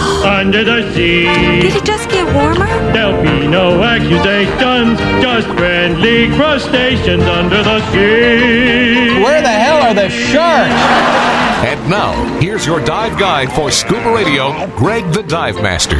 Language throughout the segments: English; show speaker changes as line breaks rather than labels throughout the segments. under the sea.
Did it just get warmer?
There'll be no accusations, just friendly crustaceans under the sea.
Where the hell are the sharks?
And now, here's your dive guide for scuba radio, Greg the Dive Master.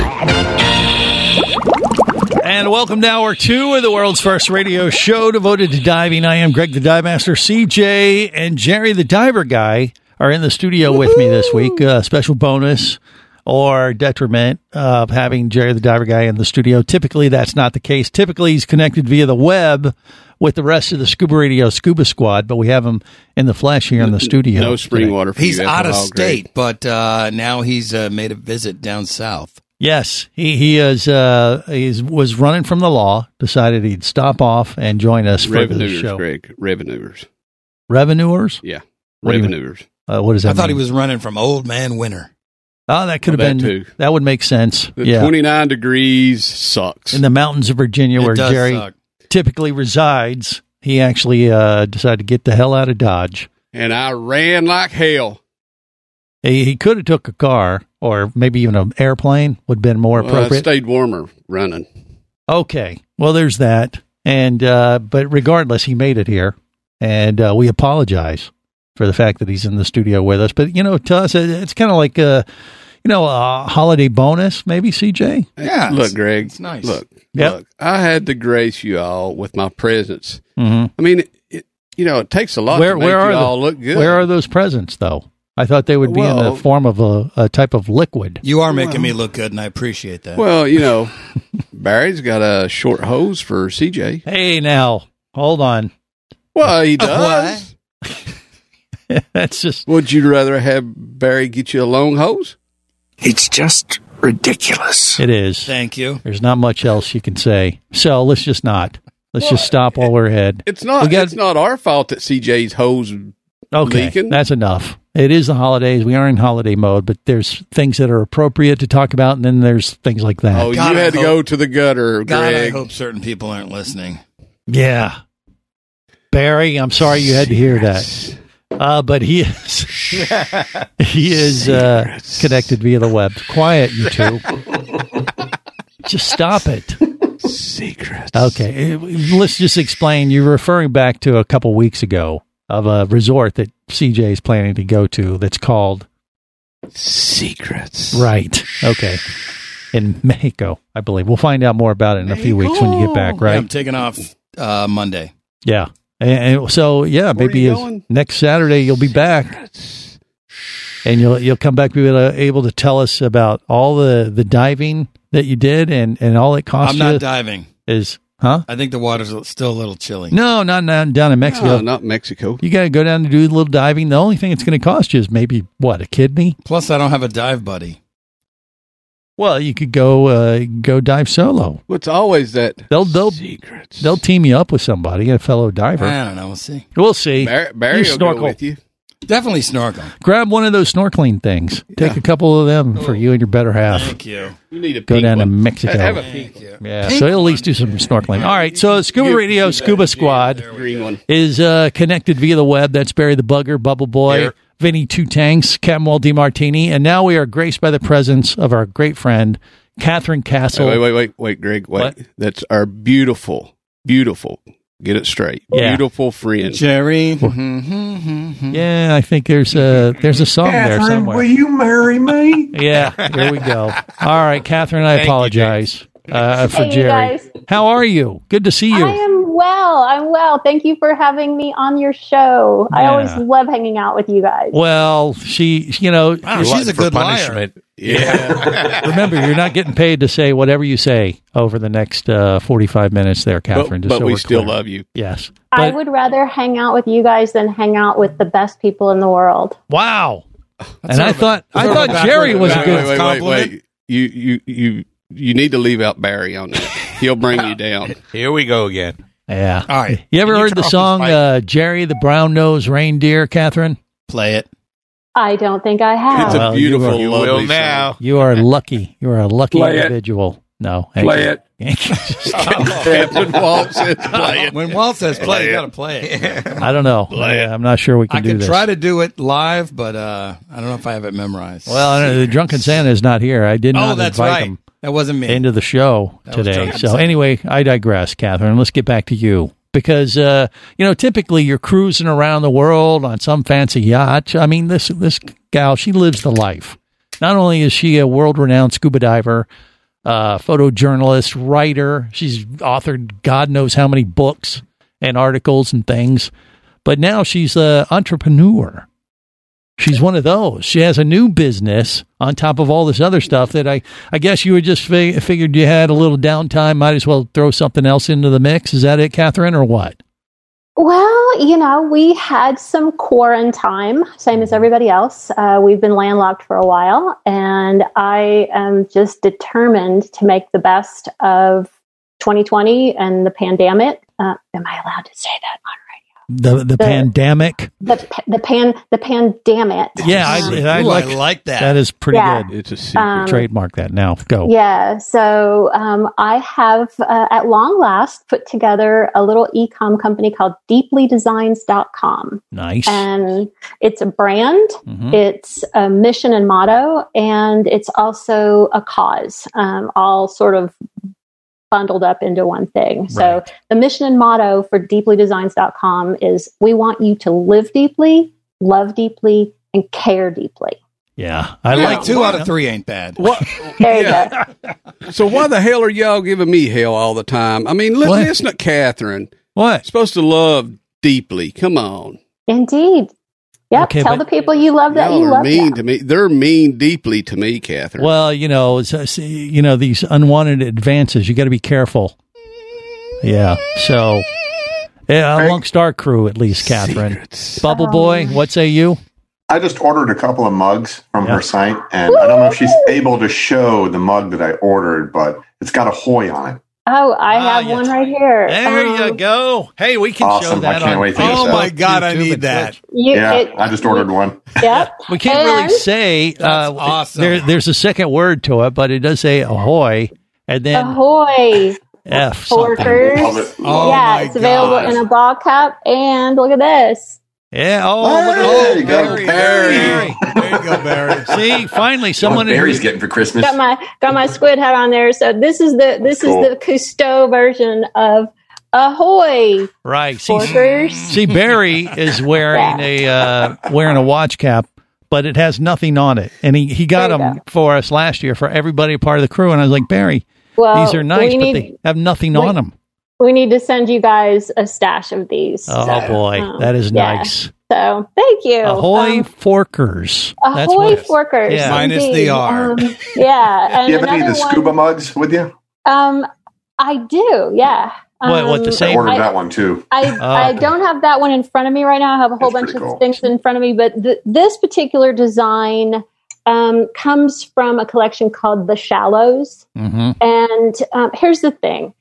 And welcome to hour two of the world's first radio show devoted to diving. I am Greg the Dive Master. CJ and Jerry the Diver Guy are in the studio with me this week. Uh, special bonus or detriment of having Jerry the Diver Guy in the studio. Typically, that's not the case. Typically, he's connected via the web with the rest of the Scuba Radio Scuba Squad, but we have him in the flesh here in the studio.
No spring
today.
water for
He's
you
out
after a
of
while, Greg.
state, but uh, now he's uh, made a visit down south.
Yes, he he is uh he's was running from the law. Decided he'd stop off and join us for the
Revenuers,
show.
Greg. Revenuers.
Revenuers,
Yeah.
What do you-
Revenuers.
uh, what does that?
I thought he
mean?
was running from Old Man Winter.
Oh, that could have
Well,
been.
that
That,
too.
would make sense.
The
yeah,
29 degrees sucks.
in the mountains of Virginia,
It
where
does
Jerry
suck.
typically resides, he actually uh, decided to get the hell out of Dodge.
and I ran like hell.
He, he could have took a car or maybe even an airplane would have been more
Well, I
appropriate.
stayed warmer running.
Okay. Well, there's that. And uh, but regardless, he made it here, and uh, we apologize for the fact that he's in the studio with us. But you know, to us, it, it's kind of like a you know a holiday bonus, maybe CJ.
Yeah,
Look,
it's-
Greg.
it's nice.
Look,
Yep.
look. I had to grace you all with my presence.
Mm-hmm.
I mean, it, you know, it takes a lot
Where
to make
where
you
are
all
the,
look good.
where are those presents though? I thought they would be in
Well-
the form of a, a type of liquid.
You are making me look good, and I appreciate that.
well, you know, Barry's got a short hose for CJ.
Hey, now hold on.
Well, he
Uh,
does.
That's just
Would you rather have Barry get you a long hose?
It's just ridiculous.
it is.
Thank you.
There's not much else you can say. So let's just not. Let's just stop while we're ahead.
It's not.
We got-
it's not our fault that CJ's hose.
Okay,
leaking?
that's enough. It is the holidays. We are in holiday mode, but there's things that are appropriate to talk about, and then there's things like that.
Oh,
God,
you
I
had to
hope-
go to the gutter,
God, I
Greg.
hope certain people aren't listening.
yeah, Barry, I'm sorry you had to hear that, uh, but he is he is uh, connected via the web. Quiet, you two. just stop it.
Secret.
Okay, eh, let's just explain. You're referring back to a couple weeks ago of a resort that CJ is planning to go to. That's called
Secrets.
Right. Okay. In Mexico, I believe. We'll find out more about it in a few weeks when you get back,
Yeah,
right?
I'm taking off uh, Monday.
Yeah. And, and so, yeah,
Where are
maybe
you
as-
going?
next Saturday you'll be back and you'll you'll come back be able to, able to tell us about all the the diving that you did and and all it cost
I'm
you
not diving.
is huh?
I think the water's still a little chilly.
No, not down, down in Mexico.
No, not Mexico.
You got to go down and do a little diving. The only thing it's going to cost you is maybe what a kidney.
Plus, I don't have a dive buddy.
Well, you could go uh, go dive solo.
What's always that?
They'll- they'll-
secrets.
They'll team you up with somebody, a fellow diver.
I don't know. We'll see.
We'll see.
Bar- Barry
You
will
snorkel.
go with you.
Definitely snorkel.
Grab one of those snorkeling things. Take a couple of them for you and your better half.
Oh. Thank you.
You need a
Go
pink
down to
one.
Mexico.
Ha- Have a pink
Thank
one.
you.
Yeah, so he'll at least do some snorkeling. All right, so Scuba Radio Scuba Squad
Green one.
is uh, connected via the web. That's Barry the Bugger, Bubble Boy,
Here.
Vinny Two Tanks, Camwell DiMartini, and now we are graced by the presence of our great friend Catherine Castle.
wait, wait, wait, wait, Greg. Wait.
What?
That's our beautiful, beautiful. Get it straight.
Yeah.
Beautiful friend.
Jerry.
Mm-hmm,
Yeah, I think there's a there's a song there
Catherine,
somewhere.
will you marry me?
Yeah, here we go. All right, Catherine, I apologize uh, for
Hey, you
Jerry.
guys.
How are you? Good to see you.
I am well. I'm well. Thank you for having me on your show. I
Yeah.
always love hanging out with you guys.
Well, she, you know,
Oh,
Wow, she's a
for
good liar.
punishment
Yeah.
Remember, you're not getting paid to say whatever you say over the next uh, 45 minutes there, Catherine.
but
just
but
so
we
we're
still
clear.
love you.
Yes.
I
But-
would rather hang out with you guys than hang out with the best people in the world.
Wow.
uh,
and I thought I thought Jerry was a
Wait,
good.
wait, wait, wait,
compliment.
wait. You, you, you, you need to leave out Barry on that. He'll bring you down.
Here we go again.
Yeah.
All right.
You ever
Can you
heard the
turn off this
song
mic?
uh, "Jerry the Brown Nosed Reindeer"? Catherine,
Play it.
I don't think I
It's
have.
Well,
a
you
beautiful,
You
lovely
will
song.
now.
you are lucky. You are a lucky
Play it.
individual. No,
Play it.
Captain Walt says play it.
When Walt says play, you got to play it.
I don't know.
Play it.
I, am not sure we can
I
do
can
this.
try to do it live, but uh, I don't know if I have it memorized.
well, I don't know, the drunken Santa is not here. I did not
oh, that's
invite
right.
him
That wasn't me.
into the show
That was
today.
Drunken
So
Santa.
anyway, I digress, Catherine. Let's get back to you because uh, you know typically you're cruising around the world on some fancy yacht. I mean this this gal, she lives the life. Not only is she a world renowned scuba diver, uh, photojournalist, writer, she's authored God knows how many books and articles and things, but now she's an entrepreneur. She's one of those. She has a new business on top of all this other stuff that I, I guess you were just fi- figured you had a little downtime. Might as well throw something else into the mix. Is that it, Catherine, or what?
Well, you know, we had some quarantine, same as everybody else. Uh, we've been landlocked for a while, and I am just determined to make the best of 2020 and the pandemic. Uh, am I allowed to say that?
The the, pandemic.
The pa- the pan the pandemic.
Yeah, I,
Ooh,
I like
that.
that. Is pretty
Yeah.
good.
It's a secret.
Um,
Trademark that now. Go.
Yeah, so um, I have uh, at long last put together a little e-com company called deeplydesigns.com
Nice.
and it's a brand,
Mhm.
it's a mission and motto, and it's also a cause, um, all sort of bundled up into one thing. So
Right.
the mission and motto for deeplydesigns.com is we want you to live deeply, love deeply, and care deeply.
Yeah, I
like
like
two out of three ain't bad.
There you
Yeah.
go.
So why the hell are y'all giving me hell all the time? I mean, li-
What?
listen to Catherine.
what?
Supposed to love deeply. Come on.
Indeed. Yep.
Okay,
Tell the
but-
people you love that
Y'all
you
are
love
mean
them.
to me. They're mean deeply to me, Catherine.
Well, you know, so, see, you know these unwanted advances. You got to be careful. Yeah. So, yeah, amongst our crew, at least, Catherine, Bubble Boy,
Um,
what say you?
I just ordered a couple of mugs from
Yeah.
her site, and I don't know if she's able to show the mug that I ordered, but it's got a hoy on it.
Oh, I
Ah,
have
yes.
one right here.
There you
Um,
go. Hey, we can show
Awesome. I
that.
can't
on,
wait to get
Oh
that.
my God, I
YouTube
need
and
that.
Twitch.
You,
Yeah,
it-
I just ordered one.
Yep.
We can't really
And-
say.
That's
uh,
awesome.
There, there's a second word to it, but it does say ahoy and then
Uh, Ahoy,
F something.
porkers.
Love it.
Oh
yeah,
my
it's available
God.
in a ball cup. And look at this.
Yeah. Oh, look at
There
that.
you go,
Barry.
Barry.
There you go, Barry.
See, finally, someone.
what Barry's getting for Christmas.
Got my got my squid hat on there. So this is the this
Cool.
is the Cousteau version of Ahoy,
right. See,
porkers.
See, Barry is wearing a uh, wearing a watch cap, but it has nothing on it, and he he got
There you
them for us last year for everybody part of the crew, and I was like, Barry,
Well,
these are nice,
we
but
need
they have nothing on them.
we need to send you guys a stash of these.
Oh
So,
boy,
um,
that is
yeah.
nice.
So thank you.
Ahoy
Um,
forkers! That's
Ahoy
what it is.
Forkers.
Yeah.
Minus the
indeed.
R.
Um, yeah. And
Do you have any of
another
the scuba
one,
mugs with you?
um, I do, yeah.
What- what,
Um,
the
I
same- Oh,
ordered
I,
that one too.
I, I don't have that one in front of me right now. I have a whole
That's
bunch of
pretty cool.
things in front of me, but th- this particular design um, comes from a collection called The Shallows.
Mhm.
And um, here's the thing.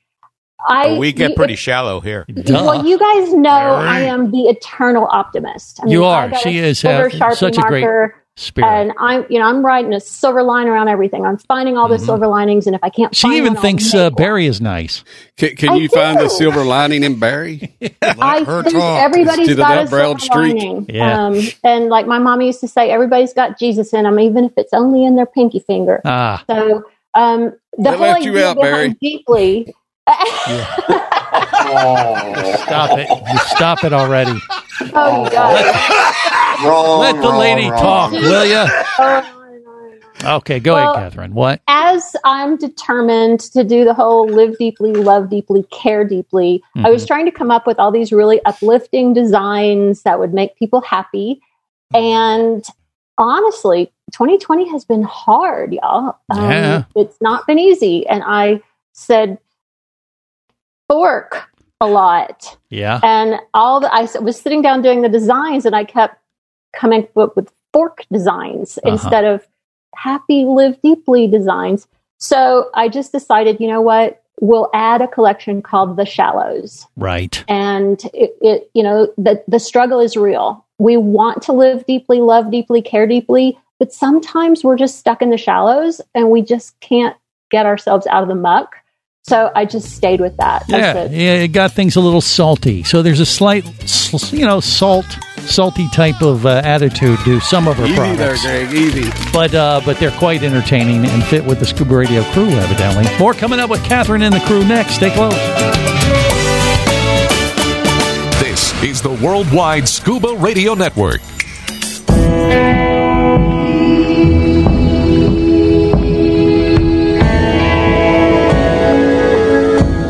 I,
we
you-
get pretty shallow here.
Duh.
Well, you guys know I am the eternal optimist. I
You
I
are.
got a
She is,
silver
uh,
Sharpie
such a great
marker
Spirit.
and I'm, you know, I'm writing a silver line around everything. I'm finding all the silver linings, and if I can't,
Mm-hmm. she
find
even
one, I'll
thinks
make
uh,
one.
Barry is nice.
can can
I
you find the
do.
silver lining in Barry?
I
her
think
talk.
everybody's
Instead of
got
that
a
brown
silver
streak.
lining.
Yeah.
Um, and like my mama used to say, everybody's got Jesus in them, even if it's only in their pinky finger.
Ah,
So um, the
They
whole
left you
idea
out,
behind
Barry.
deeply.
Oh,
stop it! You stop it already.
Oh God!
wrong,
Let the
wrong,
lady
wrong.
talk, will you?
Oh,
Okay, go
Well,
ahead, Catherine. What?
as I'm determined to do the whole live deeply, love deeply, care deeply, I
Mm-hmm.
was trying to come up with all these really uplifting designs that would make people happy. And honestly, 2020 has been hard, y'all. Um,
Yeah.
It's not been easy. And I said fork a lot.
Yeah.
And all the, I s- was sitting down doing the designs and I kept coming up with fork designs
Uh-huh.
instead of happy live deeply designs. So I just decided, you know what? We'll add a collection called The Shallows
Right.
and it, it you know the the struggle is real we want to live deeply love deeply care deeply but sometimes we're just stuck in the shallows and we just can't get ourselves out of the muck so i just stayed with that That's
Yeah,
it.
yeah, it got things a little salty. So there's a slight, s- you know, salt, salty type of uh, attitude to some of her
Easy there,
products.
Greg. Easy.
But uh, but they're quite entertaining and fit with the Scuba Radio crew, evidently. More coming up with Catherine and the crew next. Stay close.
This is the Worldwide Scuba Radio Network.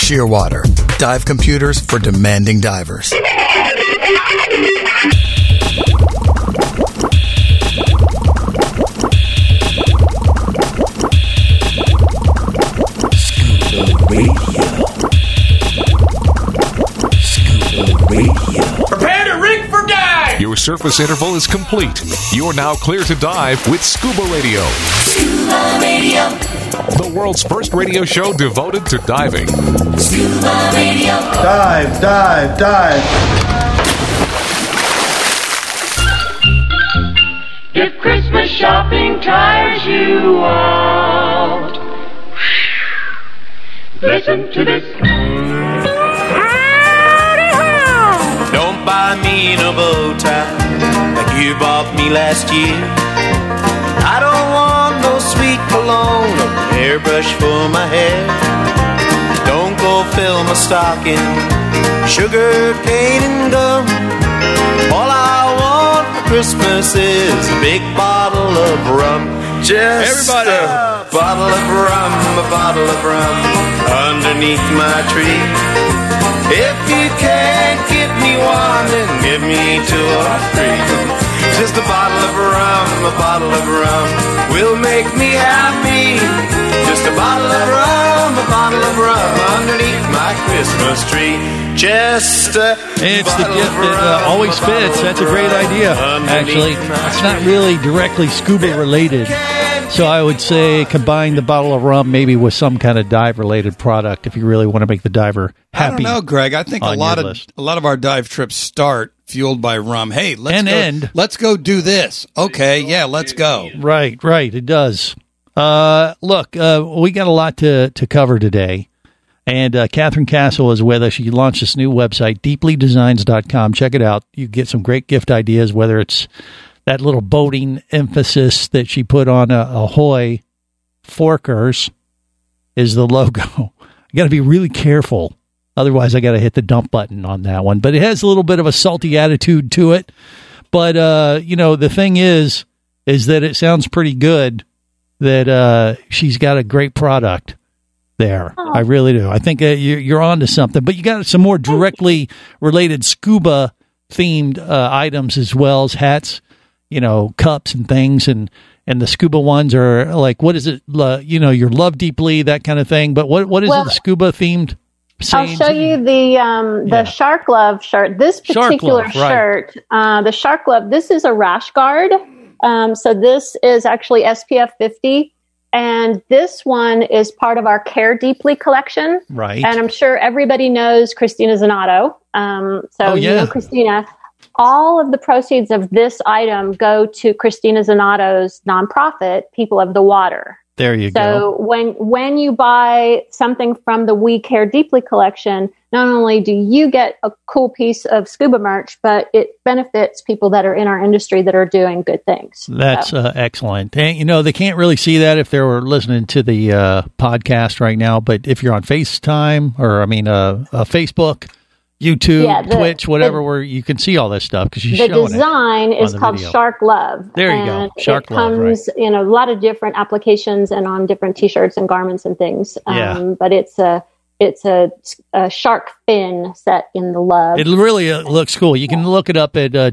Shearwater, dive computers for demanding divers.
Prepare to rig for dive! Your surface interval is complete. You're now clear to dive with Scuba Radio.
Scuba Radio.
The world's first radio show devoted to diving.
Scuba Radio.
Dive, dive, dive.
If Christmas shopping tires you out, listen to this.
Don't buy me no bow tie like you bought me last year. I don't want no sweet cologne or hairbrush for my hair. Don't go fill my stocking, sugar cane and gum. All I want for Christmas is a big bottle of rum. Just
Everybody.
a bottle of rum, a bottle of rum underneath my tree. If you can't give me one, then give me two or three. Just a bottle of rum, a bottle of rum will make me happy. Just a bottle of rum, a bottle of rum underneath my Christmas tree. Just a
It's the
bottle
gift
of
that uh,
rum,
always
a bottle
fits.
of
That's a great
rum
idea,
underneath
actually.
my
It's not really directly scuba related. So I would say combine the bottle of rum maybe with some kind of dive related product if you really want to make the diver happy.
I don't know, Greg. I think a
on
lot
your
of
list.
a lot of our dive trips start fueled by rum. Hey, let's
And
go,
end.
Let's go do this. Okay, yeah, let's go.
Right, right. It does. Uh, look, uh, we got a lot to, to cover today. And uh, Catherine Castle is with us. She launched this new website, deeplydesigns.com. Check it out. You get some great gift ideas, whether it's that little boating emphasis that she put on a Ahoy Forkers is the logo. I got to be really careful. Otherwise, I got to hit the dump button on that one. But it has a little bit of a salty attitude to it. But, uh, you know, the thing is, is that it sounds pretty good that uh, she's got a great product there. I really do. I think uh, you- you're on to something. But you got some more directly related scuba themed uh, items as well as hats, you know, cups and things. And and the scuba ones are like, what is it? Lo- you know, you're loved deeply, that kind of thing. But what what is
Well-
it? Scuba themed.
I'll
sayings?
show you the um, the shark glove shirt. This
Shark
particular
glove, right.
shirt, uh, the shark glove. This is a rash guard. Um, so this is actually SPF 50, and this one is part of our Care Deeply collection.
Right.
And I'm sure everybody knows Christina Zanato. Um, so
Oh,
you
yeah.
know Christina. All of the proceeds of this item go to Christina Zanato's nonprofit, People of the Water.
There you
So when when you buy something from the We Care Deeply collection, not only do you get a cool piece of scuba merch, but it benefits people that are in our industry that are doing good things.
That's uh, excellent. And, you know, they can't really see that if they were listening to the uh, podcast right now, but if you're on FaceTime or, I mean, uh, uh, Facebook, YouTube,
Yeah, the-
Twitch, whatever,
the-
where you can see all this stuff because she's
the
showing
design
it
is
on the
called
video.
Shark Love.
There you go.
and it
Shark Love, right.
comes in a lot of different applications and on different T-shirts and garments and things. um,
Yeah.
But it's a it's a, a shark fin set in the love.
it. It really uh, looks cool. You can look it up at uh,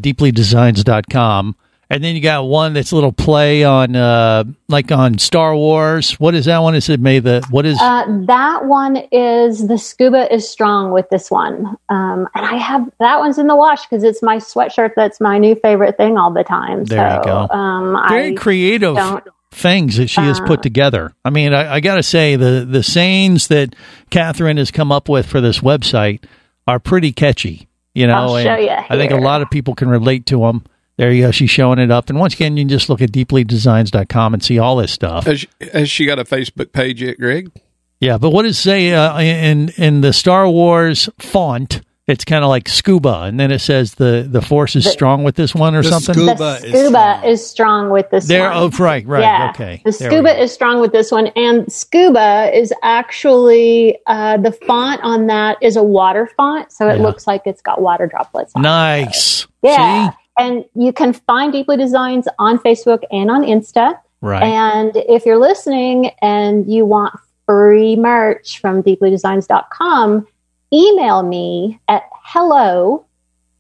deeplydesigns.com. And then you got one that's a little play on, uh, like on Star Wars. What is that one? Is it May the, what is,
Uh, that one is the scuba is strong with this one, um, and I have that one's in the wash because it's my sweatshirt. That's my new favorite thing all the time.
There you
so,
go.
Um,
very
I
creative
don't-
things that she has put together. I mean, I, I got to say the the sayings that Catherine has come up with for this website are pretty catchy. You know,
I'll show
and
ya
I think a
here.
lot of people can relate to them. There you go. She's showing it up, and once again, you can just look at deeplydesigns.com and see all this stuff.
Has she, has she got a Facebook page yet, Greg?
Yeah, but what does it say uh, in in the Star Wars font? It's kind of like scuba, and then it says the the force is
The-
strong with this one or
the
something.
the scuba is, strong with this
There-
one.
oh, right, right,
Yeah.
okay.
The
There we
scuba is strong with this one, and scuba is actually uh, the font on that is a water font, so it
Yeah.
looks like it's got water droplets. on it.
Nice.
Yeah. And you can find Deeply Designs on Facebook and on Insta.
Right.
And if you're listening and you want free merch from deeplydesigns.com, email me at hello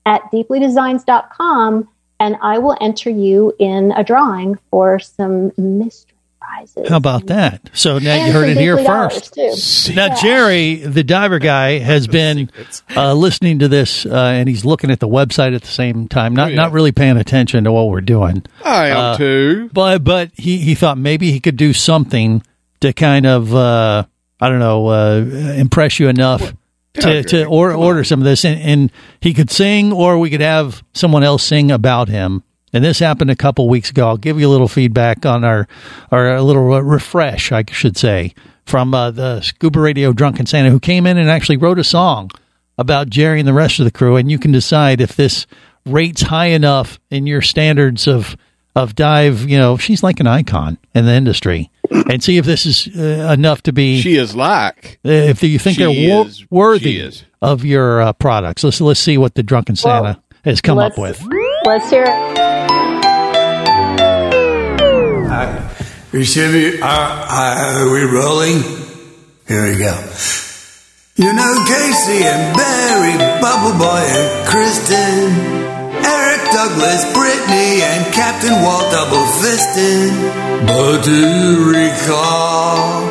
at deeplydesigns.com and I will enter you in a drawing for some mystery prizes.
How about that? So now you
And
heard
for
it here
deeply dollars,
first.
too.
Now Jerry, the diver guy, has been uh, listening to this uh, and he's looking at the website at the same time, not not really paying attention to what we're doing.
I am
Uh,
too.
But but he he thought maybe he could do something to kind of uh, I don't know uh, impress you enough. To, to or, order some of this, and, and he could sing, or we could have someone else sing about him. And this happened a couple weeks ago. I'll give you a little feedback on our, or a little uh, refresh, I should say, from uh, the Scuba Radio Drunken Santa, who came in and actually wrote a song about Jerry and the rest of the crew, and you can decide if this rates high enough in your standards of of dive. You know, she's like an icon in the industry, and see if this is uh, enough to be.
She is like.
uh, if you think
She
they're wor-
is- she
worthy
is.
of your uh, products, let's let's see what the drunken Santa has come up
let's-
with.
Let's hear it.
We should be. Are, are we rolling? Here we go. You know Casey and Barry, Bubble Boy and Kristen, Eric Douglas, Brittany and Captain Walt Double Fistin. But do you recall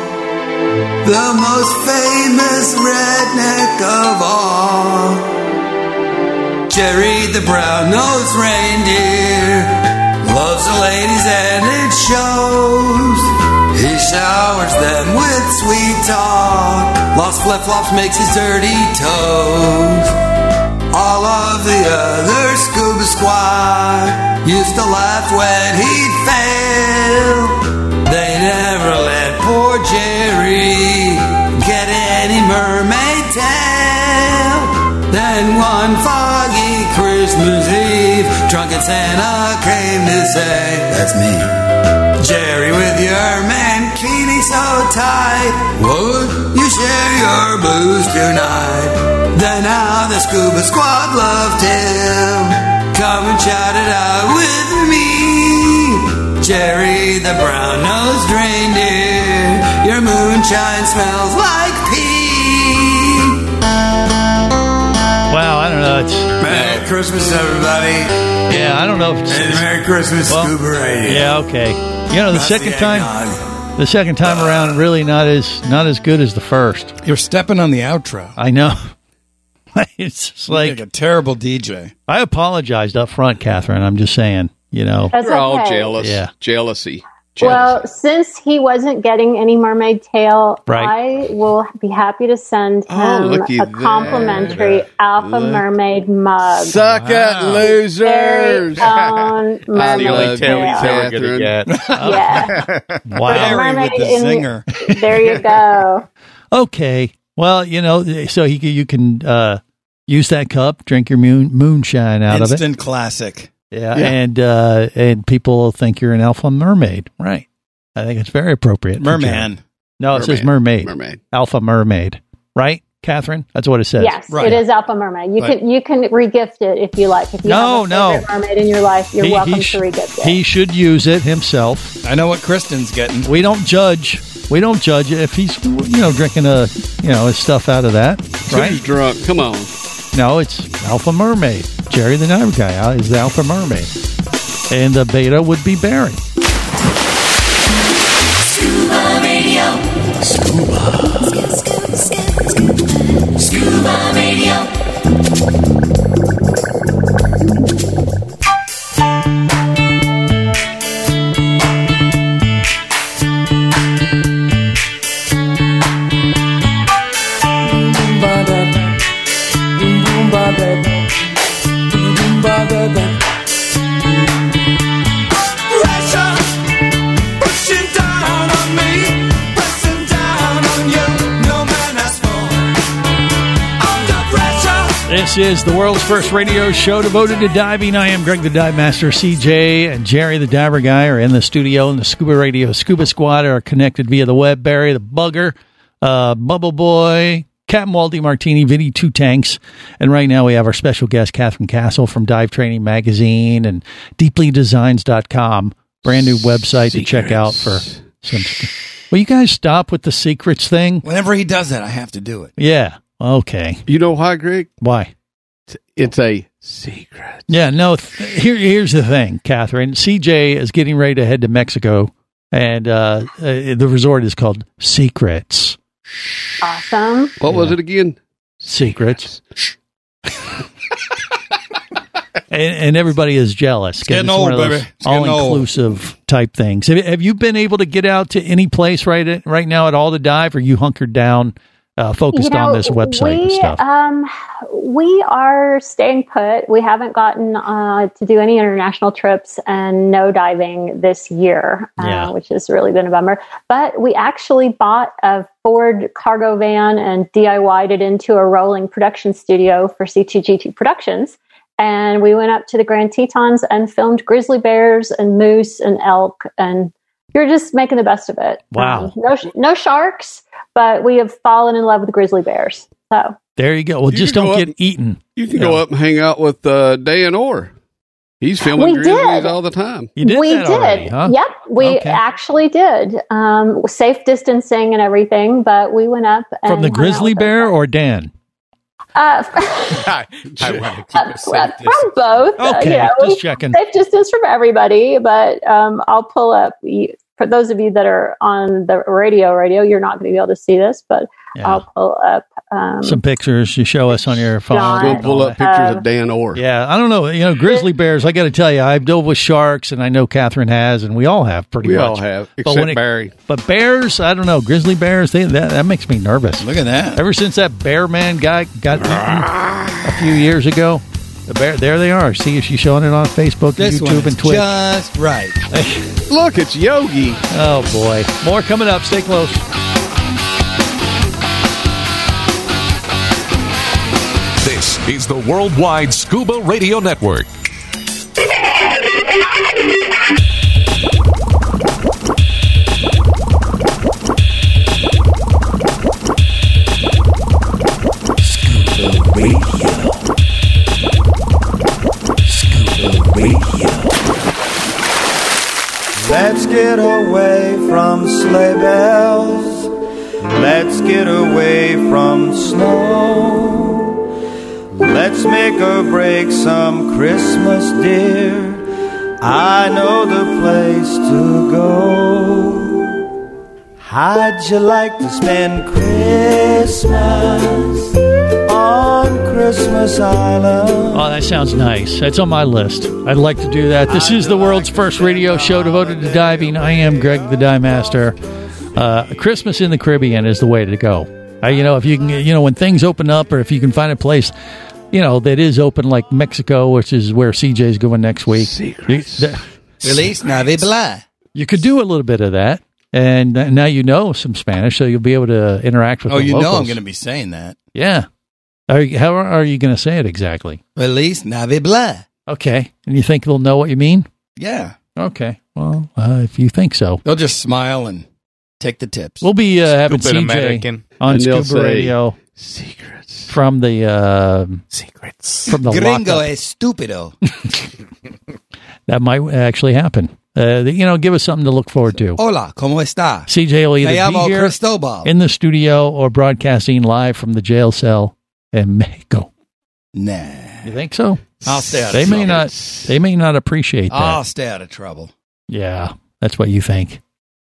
the most famous redneck of all? Jerry the brown-nosed reindeer. Loves the ladies and it shows. He showers them with sweet talk. Lost flip flops makes his dirty toes. All of the other scuba squad used to laugh when he'd fail. They never let poor Jerry get any mermaid. Drunk at ten, I came to say, that's me. Jerry, with your mankini so tight, would you share your booze tonight? Then how the scuba squad loved him. Come and shout it out with me. Jerry the brown-nosed reindeer, your moonshine smells like pee.
Wow, I don't know. It's
Merry Christmas, everybody.
Yeah, I don't know if it's,
And Merry Christmas,
Well,
Scuba Radio.
Yeah, okay. You know, the
That's the
second time, the second time around, really not as not as good as the first.
You're stepping on the outro.
I know. it's just
You're
like
a terrible DJ.
I apologized up front, Catherine. I'm just saying, you know.
That's
We're all
okay.
jealous.
Yeah.
Jealousy.
Well, since he wasn't getting any Mermaid Tail,
Right.
I will be happy to send him
Oh, looky
a complimentary Alpha
Look.
Mermaid mug.
Suck it, Wow. losers.
Very
Ah,
own
Ah,
the
mermaid
only tail he's
tail.
ever going to get.
Yeah.
Wow.
Mermaid in- there you go.
Okay. Well, you know, so he, can- you can uh, use that cup, drink your moon, moonshine out of it.
Instant classic.
Yeah, and uh, and people think you're an alpha mermaid, right? I think it's very appropriate. for
Merman.
Jerry. No, it says mermaid. Mermaid. Alpha mermaid. Right, Catherine? That's what it says.
Yes, it is Alpha Mermaid. You
Right.
can you can regift it if you like. If you
No,
have a
no.
favorite mermaid in your life, you're
He- he
welcome
sh-
to regift it.
He should use it himself.
I know what Kristen's getting.
We don't judge. We don't judge if he's you know drinking a you know his stuff out of that. Right?
Who's drunk? Come on.
No, it's Alpha Mermaid. Jerry the Diver Guy uh, is the Alpha Mermaid. And the beta would be Barry.
Scuba Radio. Scuba. Scuba Radio.
This is the world's first radio show devoted to diving. I am Greg the Dive Master. CJ and Jerry the Diver Guy are in the studio, and the Scuba Radio Scuba Squad are connected via the web. Barry the Bugger, uh, Bubble Boy, Captain Waldy Martini, Vinny Two Tanks. And right now we have our special guest, Catherine Castle from Dive Training Magazine and DeeplyDesigns.com. Brand new website to check out for some. Will you guys stop with the secrets thing?
Whenever he does that, I have to do it.
Yeah. Okay.
You know why, Greg?
Why?
It's a secret.
Yeah, no. Th- here, here's the thing, Catherine. CJ is getting ready to head to Mexico, and uh, uh, the resort is called Secrets.
Awesome.
What was it again?
Secrets. and, and everybody is jealous. 'cause
getting
one
old,
of those
baby. It's getting old.
all-inclusive type things. Have, have you been able to get out to any place right right now at all to dive? Or you hunkered down, uh, focused
You know,
on this website
we,
and stuff?
Um, we are staying put. We haven't gotten uh, to do any international trips and no diving this year,
Yeah.
uh, which has really been a bummer. But we actually bought a Ford cargo van and DIY'd it into a rolling production studio for C2GT Productions. And we went up to the Grand Tetons and filmed grizzly bears and moose and elk and you're just making the best of it.
Wow.
Um, no, sh- no sharks, but we have fallen in love with grizzly bears. So
there you go. Well, just
can
don't
go
get eaten.
You can go up and hang out with uh, Dan Orr. He's filming
We
grizzlies
did.
all the time.
You did
we
that
did.
already, huh?
Yep, we
Okay.
actually did. Um, safe distancing and everything, but we went up and
From the
hung out
grizzly
with them.
bear or Dan?
I,
Uh,
want to
Uh,
keep it
uh,
safe.
from both. uh,
Okay,
you know,
just checking.
Safe distance from everybody, but um, I'll pull up. y- For those of you that are on the radio, radio, you're not going to be able to see this, but I'll pull up. Um,
Some pictures you show us on your phone.
John, We'll pull up pictures
Uh,
of um,
Dan Orr.
Yeah, I don't know. You know, grizzly bears. I got to tell you, I've dealt with sharks, and I know Catherine has, and we all have pretty
We
much.
all have, except
when it-
Barry.
But bears, I don't know. Grizzly bears, they, that that makes me nervous.
Look at that.
Ever since that bear man guy got eaten a few years ago, the bear there they are. See if she's showing it on Facebook,
This one
YouTube,
is
and Twitch.
just right.
Look, it's Yogi.
Oh boy, more coming up. Stay close.
This is the Worldwide Scuba Radio Network.
Let's get away from sleigh bells. Let's get away from snow. Let's make or break some Christmas, dear. I know the place to go. How'd you like to spend Christmas on Christmas Island?
Oh, that sounds nice. That's on my list. I'd like to do that. This is the world's first radio show devoted to diving. I am Greg the Dive Master. Uh, Christmas in the Caribbean is the way to go. Uh, you know, if you can, you know, when things open up, or if you can find a place, you know, that is open, like Mexico, which is where CJ's going next week. You- th-
Release Navi Bla.
You could do a little bit of that, and th- now you know some Spanish, so you'll be able to interact with.
Oh,
the
you know I'm
locals.
going to be saying that.
Yeah. Are you, how are you going to say it exactly?
Release Navi Bla.
Okay. And you think they'll know what you mean?
Yeah.
Okay. Well, uh, if you think so,
They'll just smile and take the tips.
we'll be uh, having CJ on
And they'll
Scuba
say,
Radio. Secrets from the uh, secrets from the
Gringo eh?
lockup.
es stupido.
That might actually happen. Uh, you know, give us something to look forward to.
Hola, ¿cómo está?
CJ will either
Me llamo
be here
Cristobal.
in the studio or broadcasting live from the jail cell in Mexico.
Nah.
You think so?
I'll stay out of
They may
trouble. Ah.
not. They may not appreciate that.
I'll stay out of trouble.
Yeah, that's what you think.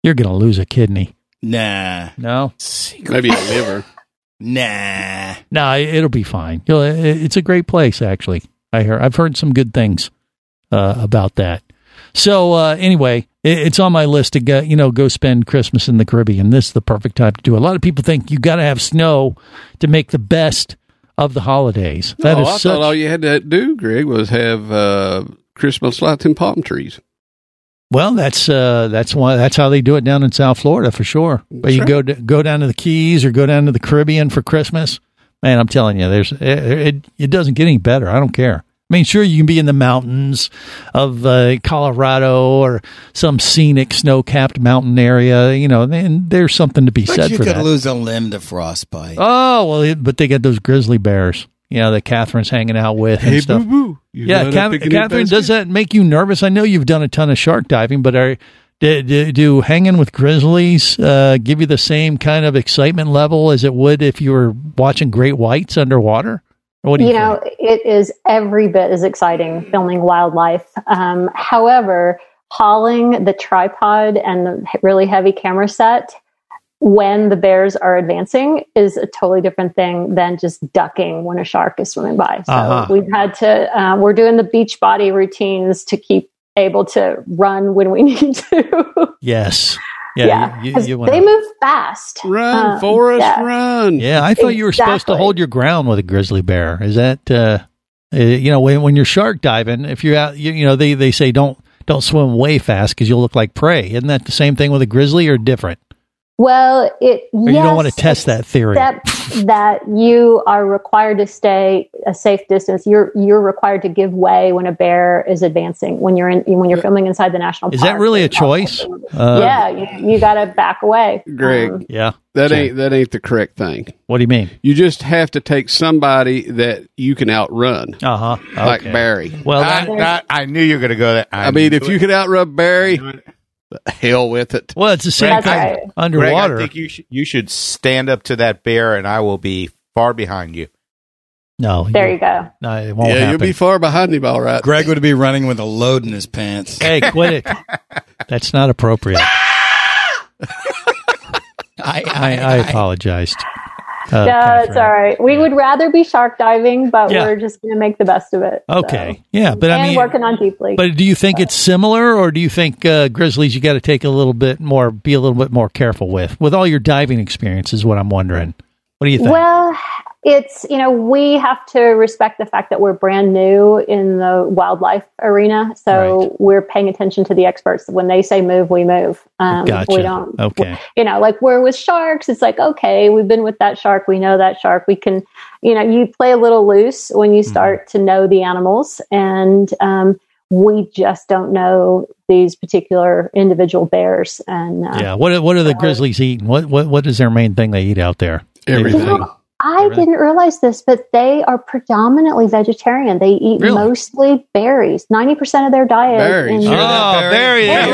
You're going to lose a kidney.
Nah.
No.
Maybe a liver.
Nah.
No, nah, it'll be fine. You'll, it- it's a great place, actually. I hear I've heard some good things uh, about that. So uh, anyway, it, it's on my list to go. You know, go spend Christmas in the Caribbean. This is the perfect time to do. it. A lot of people think you got to have snow to make the best of the holidays. That
oh,
is
I
such
thought all you had to do, Greg, was have uh, Christmas lights and palm trees.
Well, that's uh, that's why that's how they do it down in South Florida for sure. But you go to, go down to the Keys or go down to the Caribbean for Christmas, man. I'm telling you, there's it, it, it doesn't get any better. I don't care. I mean, sure you can be in the mountains of uh, Colorado or some scenic snow-capped mountain area, you know, and there's something to be
But
said
you
for
could
that.
lose a limb to frostbite.
Oh well, it- but they got those grizzly bears, you know, that Catherine's hanging out with and
Hey,
stuff.
boo-boo, you
Yeah,
got a
Cath-
picnic
Catherine, does that make you nervous? I know you've done a ton of shark diving, but are do, do, do hanging with grizzlies uh, give you the same kind of excitement level as it would if you were watching great whites underwater? Or What do you,
you know, it is every bit as exciting filming wildlife. Um, however, hauling the tripod and the he- really heavy camera set when the bears are advancing is a totally different thing than just ducking when a shark is swimming by. So
Uh-huh.
we've had to, uh, we're doing the beach body routines to keep able to run when we need to.
Yes, yeah,
Yeah.
You, you,
'Cause
you wanna-
they move fast. Um,
Run,
for
Forrest, run.
Yeah, I thought you were supposed to hold your ground with a grizzly bear. Is that uh, uh, you know when when you're shark diving, if you're out, you, you know they they say don't don't swim way fast because you'll look like prey. Isn't that the same thing with a grizzly or different?
Well, it,
Or you don't want to
yes,
test that theory.
Except that you are required to stay a safe distance. You're you're required to give way when a bear is advancing. When you're in when you're filming inside the national
Is
park.
that really a choice? Uh,
yeah, Uh-huh. you, you got to back away.
Greg,
yeah,
that ain't that ain't the correct thing.
What do you mean?
You just have to take somebody that you can outrun.
Uh huh.
Like
Okay.
Barry.
Well,
I, that- I knew you were going to go there.
I, mean, if you could outrun Barry, the hell with it.
Well, it's the
Greg, I-
underwater.
Greg, I think you should, you should stand up to that bear, and I will be far behind you.
No,
Um, There you go.
no, it
yeah, you'll be far behind him, all right.
Greg would be running with a load in his pants.
Hey, quit it. That's not appropriate.
I,
I, I apologized. Uh,
no, it's all right. We would rather be shark diving, but
Yeah.
we're just going to make the best of it. so.
Okay. Yeah, but
and
I mean,
working on deeply.
But do you think it's similar, or do you think uh, Grizzlies you got to take a little bit more, be a little bit more careful with, with all your diving experience? Is what I'm wondering. What do you think?
Well, it's, you know, we have to respect the fact that we're brand new in the wildlife arena. So we're paying attention to the experts. When they say move, we move. Um,
gotcha.
We don't,
okay.
you know, like we're with sharks. It's like, okay, we've been with that shark. We know that shark. We can,
Mm-hmm.
you know, you play a little loose when you start to know the animals. And um, we just don't know these particular individual bears. And uh,
Yeah. What are- what are the grizzlies eating? What what what is their main thing they eat out there?
Everything. I didn't realize this, but they are predominantly vegetarian. They eat mostly berries. Ninety percent of their diet.
Berries.
is-
Hear that, Oh, berry? berry.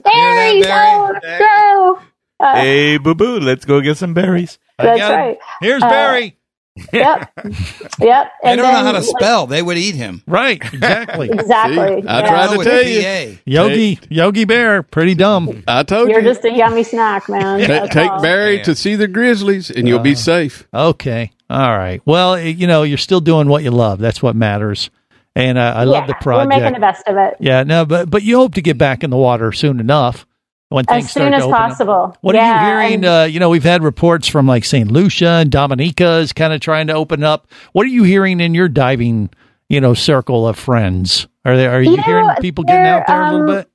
Berries. Berries. Oh no. Uh,
hey, boo boo, let's go get some berries.
That's right.
Here's
Uh,
Barry.
Yep. yep.
They
And
don't know
then,
how to
like-
spell. They would eat him.
Right. Exactly.
Exactly.
I tried to
With
tell
the
you.
PA.
Yogi Yogi Bear, pretty dumb.
I told
You're
you.
just a yummy snack, man.
Ta-
That's
take
all.
Barry to see the Grizzlies, and you'll be safe.
Uh, Okay. All right. Well, eh, you know, you're still doing what you love. That's what matters. And uh, I love the
We're
project.
making the best of it.
Yeah, no, but but you hope to get back in the water soon enough when things
As
start
soon as
to open up.
possible.
What
Yeah,
are you hearing?
and-
Uh, you know, we've had reports from like St. Lucia and Dominica is kind of trying to open up. What are you hearing in your diving, you know, circle of friends? Are there are you,
know,
hearing people getting
there,
out there a little
um,
bit?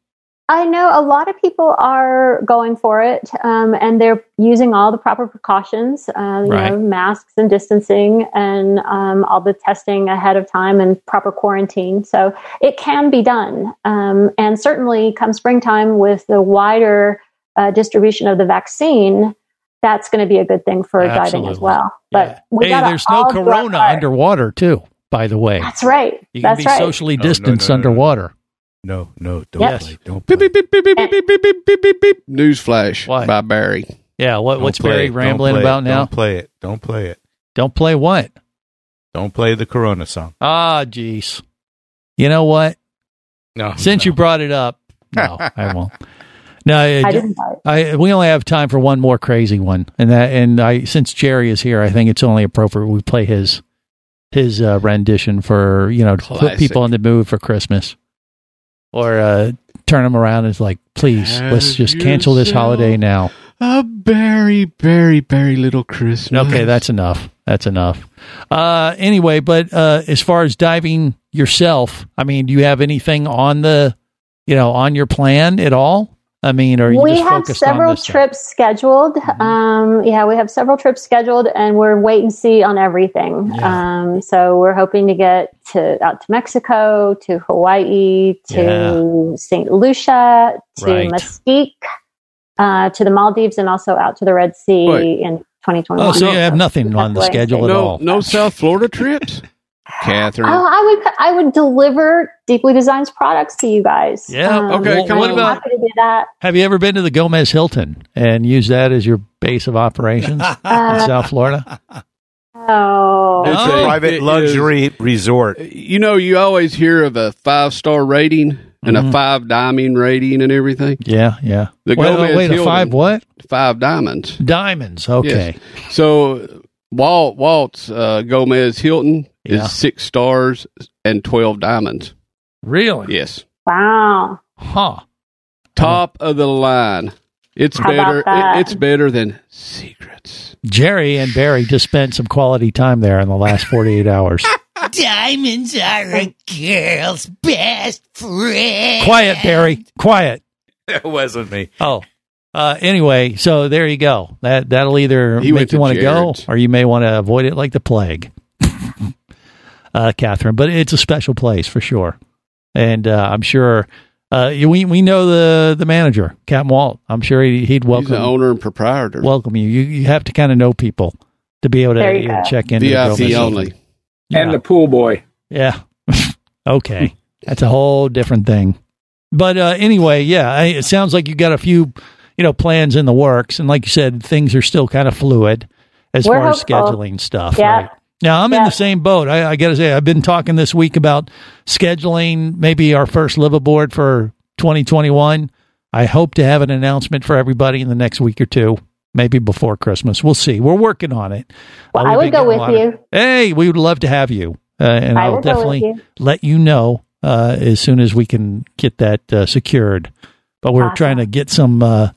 I know a lot of people are going for it, um, and they're using all the proper precautions, uh, you
Right.
know, masks and distancing, and um, all the testing ahead of time and proper quarantine. So it can be done, um, and certainly come springtime with the wider uh, distribution of the vaccine, that's going to be a good thing for diving as
Absolutely.
well. But we
Hey,
gotta
there's no
all do our
corona
part.
underwater too, by the way.
That's right.
You can
That's
be
right.
socially
Oh, No, no, no,
distanced
no, no.
underwater.
No, no, don't
Yep.
play. Don't
Beep, beep, beep, beep, beep, beep, beep, beep, beep, beep, beep. Newsflash
What?
by Barry.
Yeah, what,
Don't
what's
play
Barry
it. Don't
rambling
play it.
about now?
Don't play it. Don't play it.
Don't play what?
Don't play the Corona song.
Ah, jeez. You know what?
No.
Since you brought it up, no, I won't. No, I,
I didn't buy it.
I- we only have time for one more crazy one, and that and I since Jerry is here, I think it's only appropriate we play his his uh, rendition for you know to put
Classic.
people in the mood for Christmas, or uh, turn them around and it's like, please, let's just cancel this holiday now.
A Barry, Barry, Barry, little Christmas.
Okay, that's enough. That's enough. Uh, anyway, but uh, as far as diving yourself, I mean, do you have anything on the, you know, on your plan at all? I mean, are you
we
just
have
focused
several
on this Mm-hmm. thing?
trips scheduled. Um, yeah, we have several trips scheduled, and we're wait and see on everything. Um, so we're hoping to get to out to Mexico, to Hawaii, to Saint Lucia, to
Right.
Mesquite, uh, to the Maldives, and also out to the Red Sea
Wait.
in 2021.
Oh, so you have nothing on the
Right.
schedule at
No,
all.
no South Florida trips. Catherine.
Oh, I would I would deliver deeply designs products to you guys.
Yeah, okay,
so
come on.
I'm happy to do that.
Have you ever been to the Gomez Hilton and used that as your base of operations in South Florida?
Oh,
It's
It's a
a-
private
it uh,
luxury resort.
You know, you always hear of a five star rating and a five diamond rating and everything.
Yeah, yeah.
The
Mm-hmm. wait,
Gomez
wait, a
Hilton.
five what?
Five diamonds.
Diamonds. Okay.
Yes. So Walt Walt's uh, Gomez Hilton
Yeah.
is six stars and twelve diamonds.
Really?
Yes.
wow.
Huh.
Top of the line. It's
How about
better.
that?
It, it's better than secrets.
Jerry and Barry just spent some quality time there in the last 48 hours.
Diamonds are a girl's best friend.
Quiet, Barry. Quiet.
That wasn't me.
Oh. Uh, anyway, so there you go. That that'll either
He went
make you
to
want to go,
Jared's.
or you may want to avoid it like the plague, uh, Catherine. But it's a special place for sure, and uh, I'm sure uh, we we know the the manager, Captain Walt. I'm sure he, he'd
He's the
welcome
owner and proprietor.
welcome you. You you have to kind of know people to be able to
There you
uh,
go.
check in.
VIP only.
And the
pool boy.
Yeah. okay. That's a whole different thing. But uh, anyway, yeah, I, it sounds like you got a few, you know, plans in the works, and like you said, things are still kind of fluid as
We're
far
hopeful.
as scheduling stuff.
Yeah.
Right? Now I'm in
Yeah.
the same boat. I, I got to say, I've been talking this week about scheduling maybe our first live aboard for 2021. I hope to have an announcement for everybody in the next week or two, maybe before Christmas. We'll see. We're working on it.
Well,
we've
I would
been
go
getting a
with
lot of- hey, we would love to have you, uh, and
I
I will
would go with
definitely
you.
let you know uh, as soon as we can get that uh, secured. But we're
Awesome.
trying to get some uh,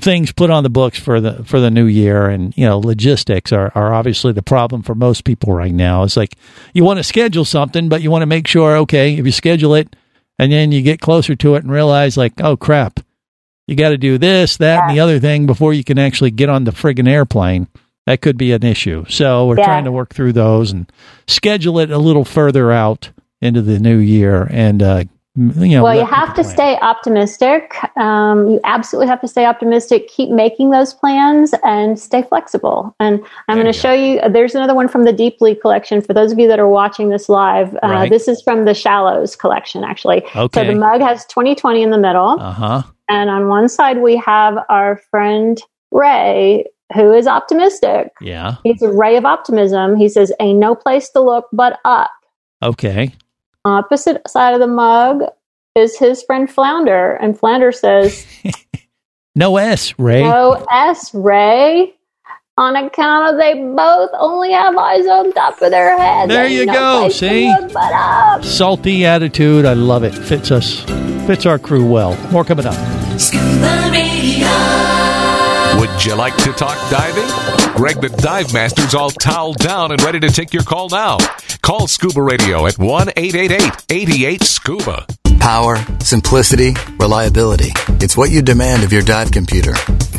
things put on the books for the for the new year, and you know, logistics are, are obviously the problem for most people right now. It's like you want to schedule something, but you want to make sure, okay, if you schedule it, and then you get closer to it and realize, like, oh crap, you got to do this, that, and the other thing before you can actually get on the friggin' airplane. That could be an issue. So we're
Yeah.
trying to work through those and schedule it a little further out into the new year and uh, you know,
well, you
let-
have to stay optimistic. Um, you absolutely have to stay optimistic. Keep making those plans and stay flexible. And I'm going to show you. There's another one from the Deeply collection. For those of you that are watching this live, uh,
Right.
this is from the Shallows collection, actually. So
Okay.
the mug has 2020 in the middle.
Uh-huh.
And on one side, we have our friend Ray, who is optimistic.
Yeah.
He's a ray of optimism. He says, Ain't no place to look but up.
Okay.
Opposite side of the mug is his friend Flounder. And Flounder says,
No S, Ray.
No S, Ray. On account of they both only have eyes on top of their head.
There
Ain't
you
no
go,
place to
see?
look but up.
Salty attitude. I love it. Fits us. Fits our crew well. More coming up.
Would you like to talk diving? Greg the Dive Master's all toweled down and ready to take your call now. Call Scuba Radio at 1 888 88 Scuba.
Power, simplicity, reliability. It's what you demand of your dive computer.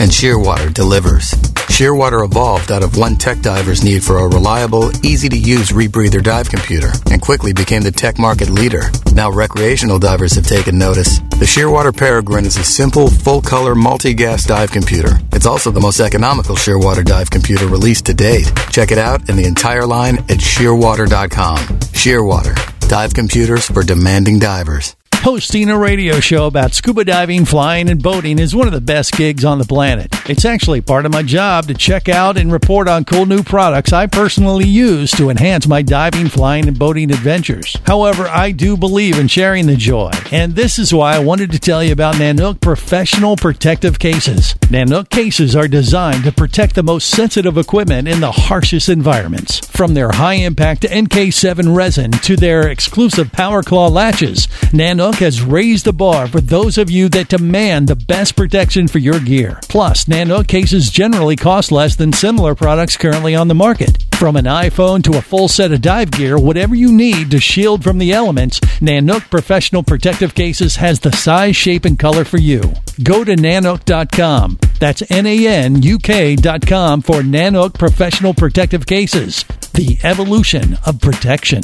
And Shearwater delivers. Shearwater evolved out of one tech diver's need for a reliable, easy to use rebreather dive computer and quickly became the tech market leader. Now recreational divers have taken notice. The Shearwater Peregrine is a simple, full color, multi gas dive computer. It's also the most economical Shearwater dive computer released to date. Check it out and the entire line at shearwater.com. Shearwater, dive computers for demanding divers.
Hosting a radio show about scuba diving, flying, and boating is one of the best gigs on the planet. It's actually part of my job to check out and report on cool new products I personally use to enhance my diving, flying, and boating adventures. However, I do believe in sharing the joy, and this is why I wanted to tell you about Nanook Professional Protective Cases. Nanook cases are designed to protect the most sensitive equipment in the harshest environments. From their high impact NK7 resin to their exclusive Power Claw latches, Nanook has raised the bar for those of you that demand the best protection for your gear. Plus, Nanook cases generally cost less than similar products currently on the market. From an iPhone to a full set of dive gear, whatever you need to shield from the elements, Nanook Professional Protective Cases has the size, shape, and color for you. Go to nanook.com. That's N A N U K.com for Nanook Professional Protective Cases, the evolution of protection.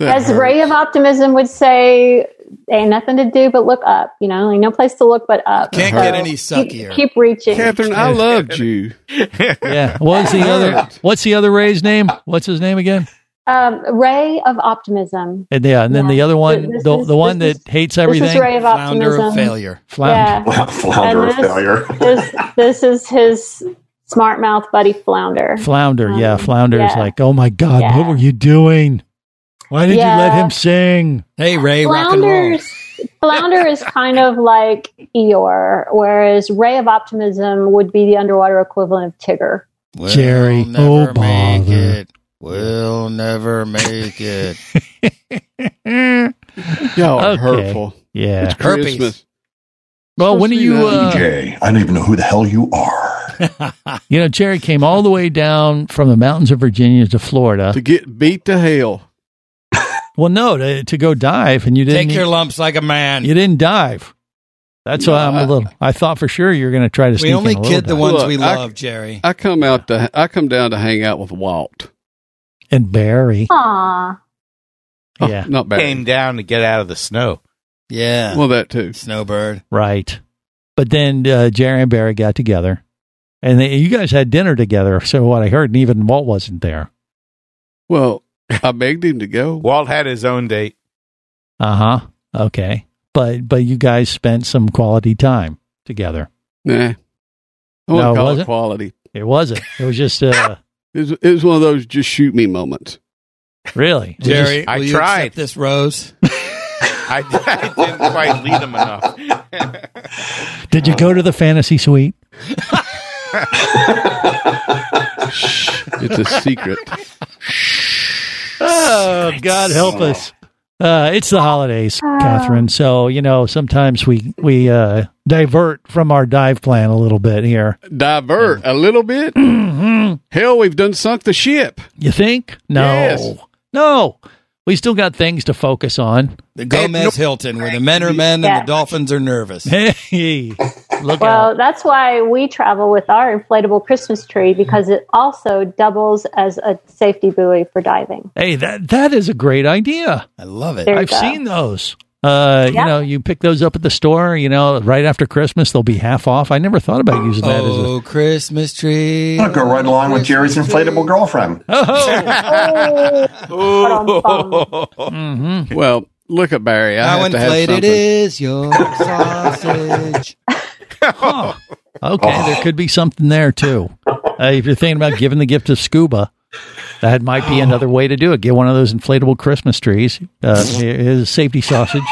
As Ray of Optimism would say, ain't nothing to do but look up. You know, like no place to look but up.
Can't
So
get any
Keep,
suckier.
keep reaching.
Catherine, I loved you.
Yeah. What's the other? What's the other Ray's name? What's his name again?
Um, Ray of Optimism.
And yeah, and then the other one,
This
the,
is-
the one
this
that hates everything.
This is Ray of
Flounder
Optimism.
of failure.
Flounder.
Yeah.
Flounder
And
of
this-
failure.
this, this is his smart mouth buddy Flounder.
Flounder. Yeah.
Um,
Flounder is
yeah.
like, oh my God,
Yeah.
what were you doing? Why did you let
Yeah.
him sing?
Hey, Ray, rock and roll.
Flounder's Flounder is kind of like Eeyore, whereas Ray of Optimism would be the underwater equivalent of Tigger.
We'll
Jerry,
never
oh,
make
bother.
it. We'll never make it. Mm.
Y'all are
Okay.
hurtful.
Yeah.
It's Christmas.
Well, when
Supposed
are
to
you?
be that
Uh,
DJ, I don't even know who the hell you are.
you know, Jerry came all the way down from the mountains of Virginia to Florida.
to get beat to hell.
Well, no, to, to go dive, and you didn't.
Take your lumps like a man.
You didn't dive. That's why I'm a little. I thought for sure you were going to try to.
we
sneak
only
in a little
kid the
dive.
ones
Look,
we
I-
love, Jerry.
I come out to I come down to hang out with Walt.
and Barry.
Aw.
Oh,
Yeah,
not bad.
Came down to get out of the snow.
Yeah.
Well, that too.
Snowbird.
right. But then uh, Jerry and Barry got together, and they, you guys had dinner together. So what I heard, and even Walt wasn't there.
Well, I begged him to go.
Walt had his own date.
Uh huh. Okay, but but you guys spent some quality time together.
Nah, I want to call
No, it
it
wasn't?
quality.
It wasn't. It was just uh,
It was, it was one of those just shoot me moments.
really It was just-
Jerry,
I
will you
tried.
accept this rose?
I, I didn't quite lead him enough.
Did you go to the fantasy suite?
It's a secret.
Oh, God help us. Uh, it's the holidays,
Ah.
Catherine. So, you know, sometimes we, we uh, divert from our dive plan a little bit here.
Divert a little bit. Hell, we've done sunk the ship.
Mm-hmm. You think? No.
Yes.
No. Oh, We still got things to focus on.
The Gomez Hilton, where the men are men
Yeah.
and the dolphins are nervous.
Hey, look
Well,
out.
that's why we travel with our inflatable Christmas tree because it also doubles as a safety buoy for diving.
Hey, that, that is a great idea.
I love it.
There you
I've
go.
seen those. Uh,
Yeah.
You know, you pick those up at the store, you know, right after Christmas, they'll be half off. I never thought about using that as a.
Oh, Christmas tree.
I'll go right along with Jerry's inflatable girlfriend.
Oh,
Oh.
Mm-hmm.
Well, look at Barry. I
How
have to have
inflated
something.
is your sausage?
Okay, there could be something there too. Uh, if you're thinking about giving the gift of scuba, that might be another way to do it. Get one of those inflatable Christmas trees. Uh, it is a safety sausage.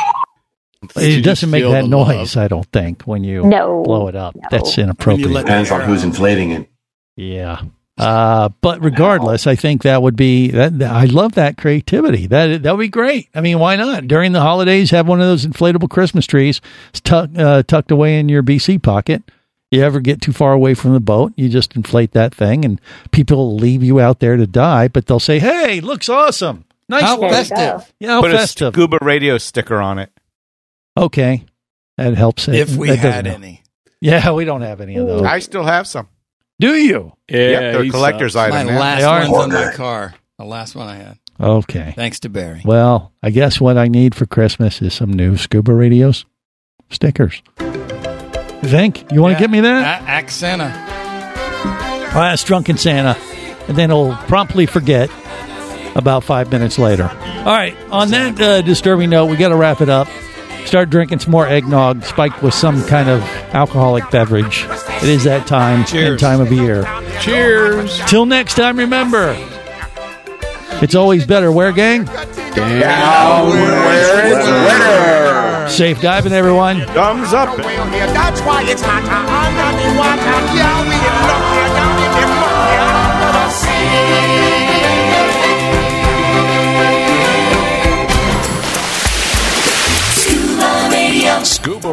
It
you
doesn't make
feel
that
the
noise, I don't think, when you
No.
blow it up.
No.
That's
When you
inappropriate.
let the
Depends on
air
who's
out.
inflating it.
yeah. Uh, but regardless, I think that would be that. that- I love that creativity. That that would be great. I mean, why not during the holidays have one of those inflatable Christmas trees tucked uh, tucked away in your BC pocket? You ever get too far away from the boat, you just inflate that thing, and people will leave you out there to die. But they'll say, "Hey, looks awesome, nice
How
one,
go.
festive.
yeah, how
Put a
festive."
scuba radio sticker on it.
okay, that helps. It-
If we
that doesn't
had
help.
any.
yeah, we don't have any of those.
I still have some.
Do you?
Yep, they're collector's item.
My
now.
last
They are
one's on my
ordered.
car. The last one I had.
Okay.
Thanks to Barry.
Well, I guess what I need for Christmas is some new scuba radios stickers. Vink, you want to get me that?
A- Accenta.
I'll ask Drunken Santa, and then he'll promptly forget about five minutes later. All right, on that uh, disturbing note, we got to wrap it up. Start drinking some more eggnog spiked with some kind of alcoholic beverage. It is that time and
Cheers.
time of year.
Cheers.
Till next time, remember, it's always better. Where, gang?
Down where it's winter.
Safe diving, everyone.
Thumbs up.
That's why it's hotter under the water. Yeah, we in love here down in the mud here under the sea.
Scuba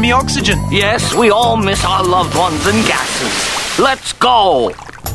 me oxygen.
Yes, we all miss our loved ones and gases. Let's go.